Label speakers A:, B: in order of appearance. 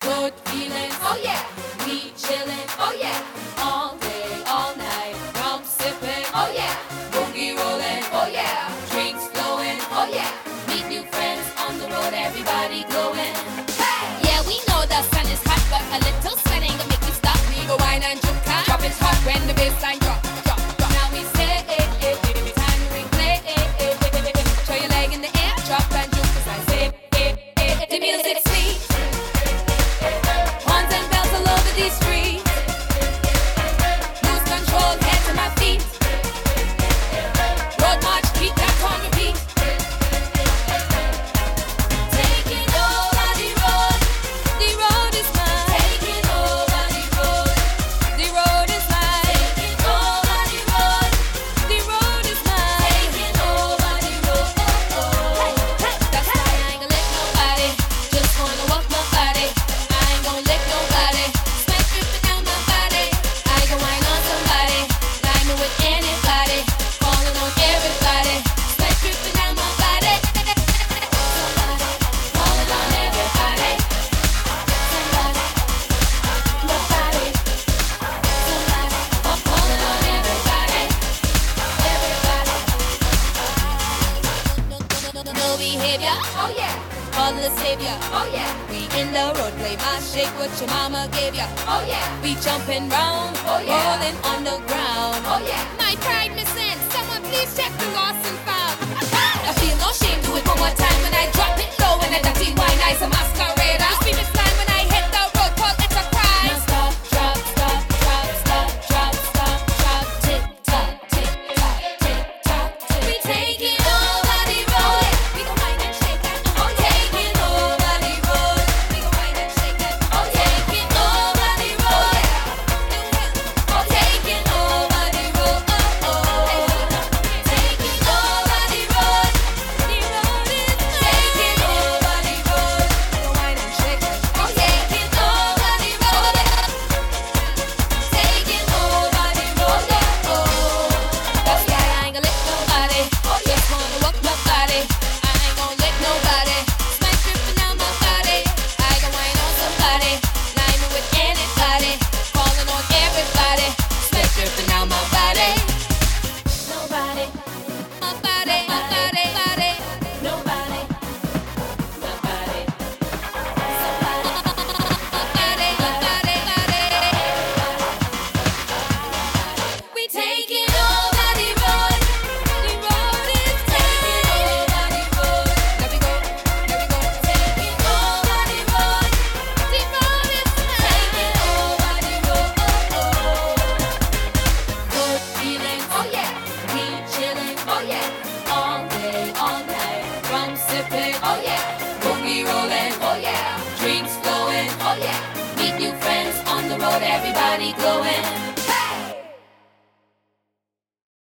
A: good feelings.
B: Oh yeah,
A: We chillin'
B: oh yeah,
A: all day, all night. Rum sippin',
B: oh yeah,
A: boogie rollin',
B: oh yeah,
A: drinks flowin',
B: oh yeah.
A: meet new friends on the road. Everybody glowin'.
B: Hey,
A: Yeah, we know the sun is hot, but a little sun ain't gonna make me stop. We go wine and drink, huh? drop it hot when the bass line drop, drop, drop. Now we say, eh, eh, baby, time to ring play, eh, eh, eh, eh, eh, eh. Throw your leg in the air, drop and juke, 'cause I say, eh, eh, eh, the music's sweet. Horns and bells all over these streets. Lose control, head to my feet. Road march, keep that on repeat. Taking over the road, the road is mine. Taking over the road, the road is mine. Taking over the road, the road is mine. Taking over the road, Oh,
B: hey, hey,
A: that's why I ain't gonna let nobody. Just wanna walk my body. I ain't gonna let nobody. Smack dripping down my body. I can wine on somebody. Line me with anybody. Falling on everybody. Smack dripping down my body. Somebody. Falling on everybody. Somebody. Nobody. Somebody. I'm falling on everybody. Everybody. No, no, no, no, no behavior.
B: oh yeah,
A: Call the savior.
B: oh yeah,
A: We in the road, play my shake what your mama gave ya.
B: oh yeah,
A: We jumping round,
B: Oh, yeah.
A: rolling on the ground.
B: oh yeah.
A: My pride missing, someone please check the lost and found. I feel no shame, do it one more time when I drop it low and I dirty wine eyes a masquerade. I scream it's line when I hit the road, call it a crime. Now stop, drop, stop, drop, stop, drop, stop, drop, tick tock, tick tock, tick tock, tick. We taking over the road. We gon' wine and shake that. Oh, taking over the road. We gon' wine and shake that. Oh, taking over the road. Oh, taking over the road. Oh, oh. Taking over the road. The road is taking over the road. Go wine and shake it. Oh, taking over the road. Taking over the road. Oh, that's why I ain't gonna let nobody. Oh, just wanna walk my body. I ain't gonna let nobody. Smack dripping down my body. I can wine on somebody. Line me with anybody. Falling on everybody. Smack dripping down my body. Nobody. My body. My body. Body. Nobody. My body. My body. My body. Body. We taking over the road. The road is taking over the road. There we go. There we go. Taking over the road. The road is taking over the road. Good feelings.
B: Oh yeah,
A: We chillin'
B: oh yeah,
A: all day, all night. Rum sippin',
B: oh yeah,
A: boogie rollin',
B: oh yeah,
A: drinks flowin'.
B: oh yeah,
A: Meet new friends on the road, everybody glowin'.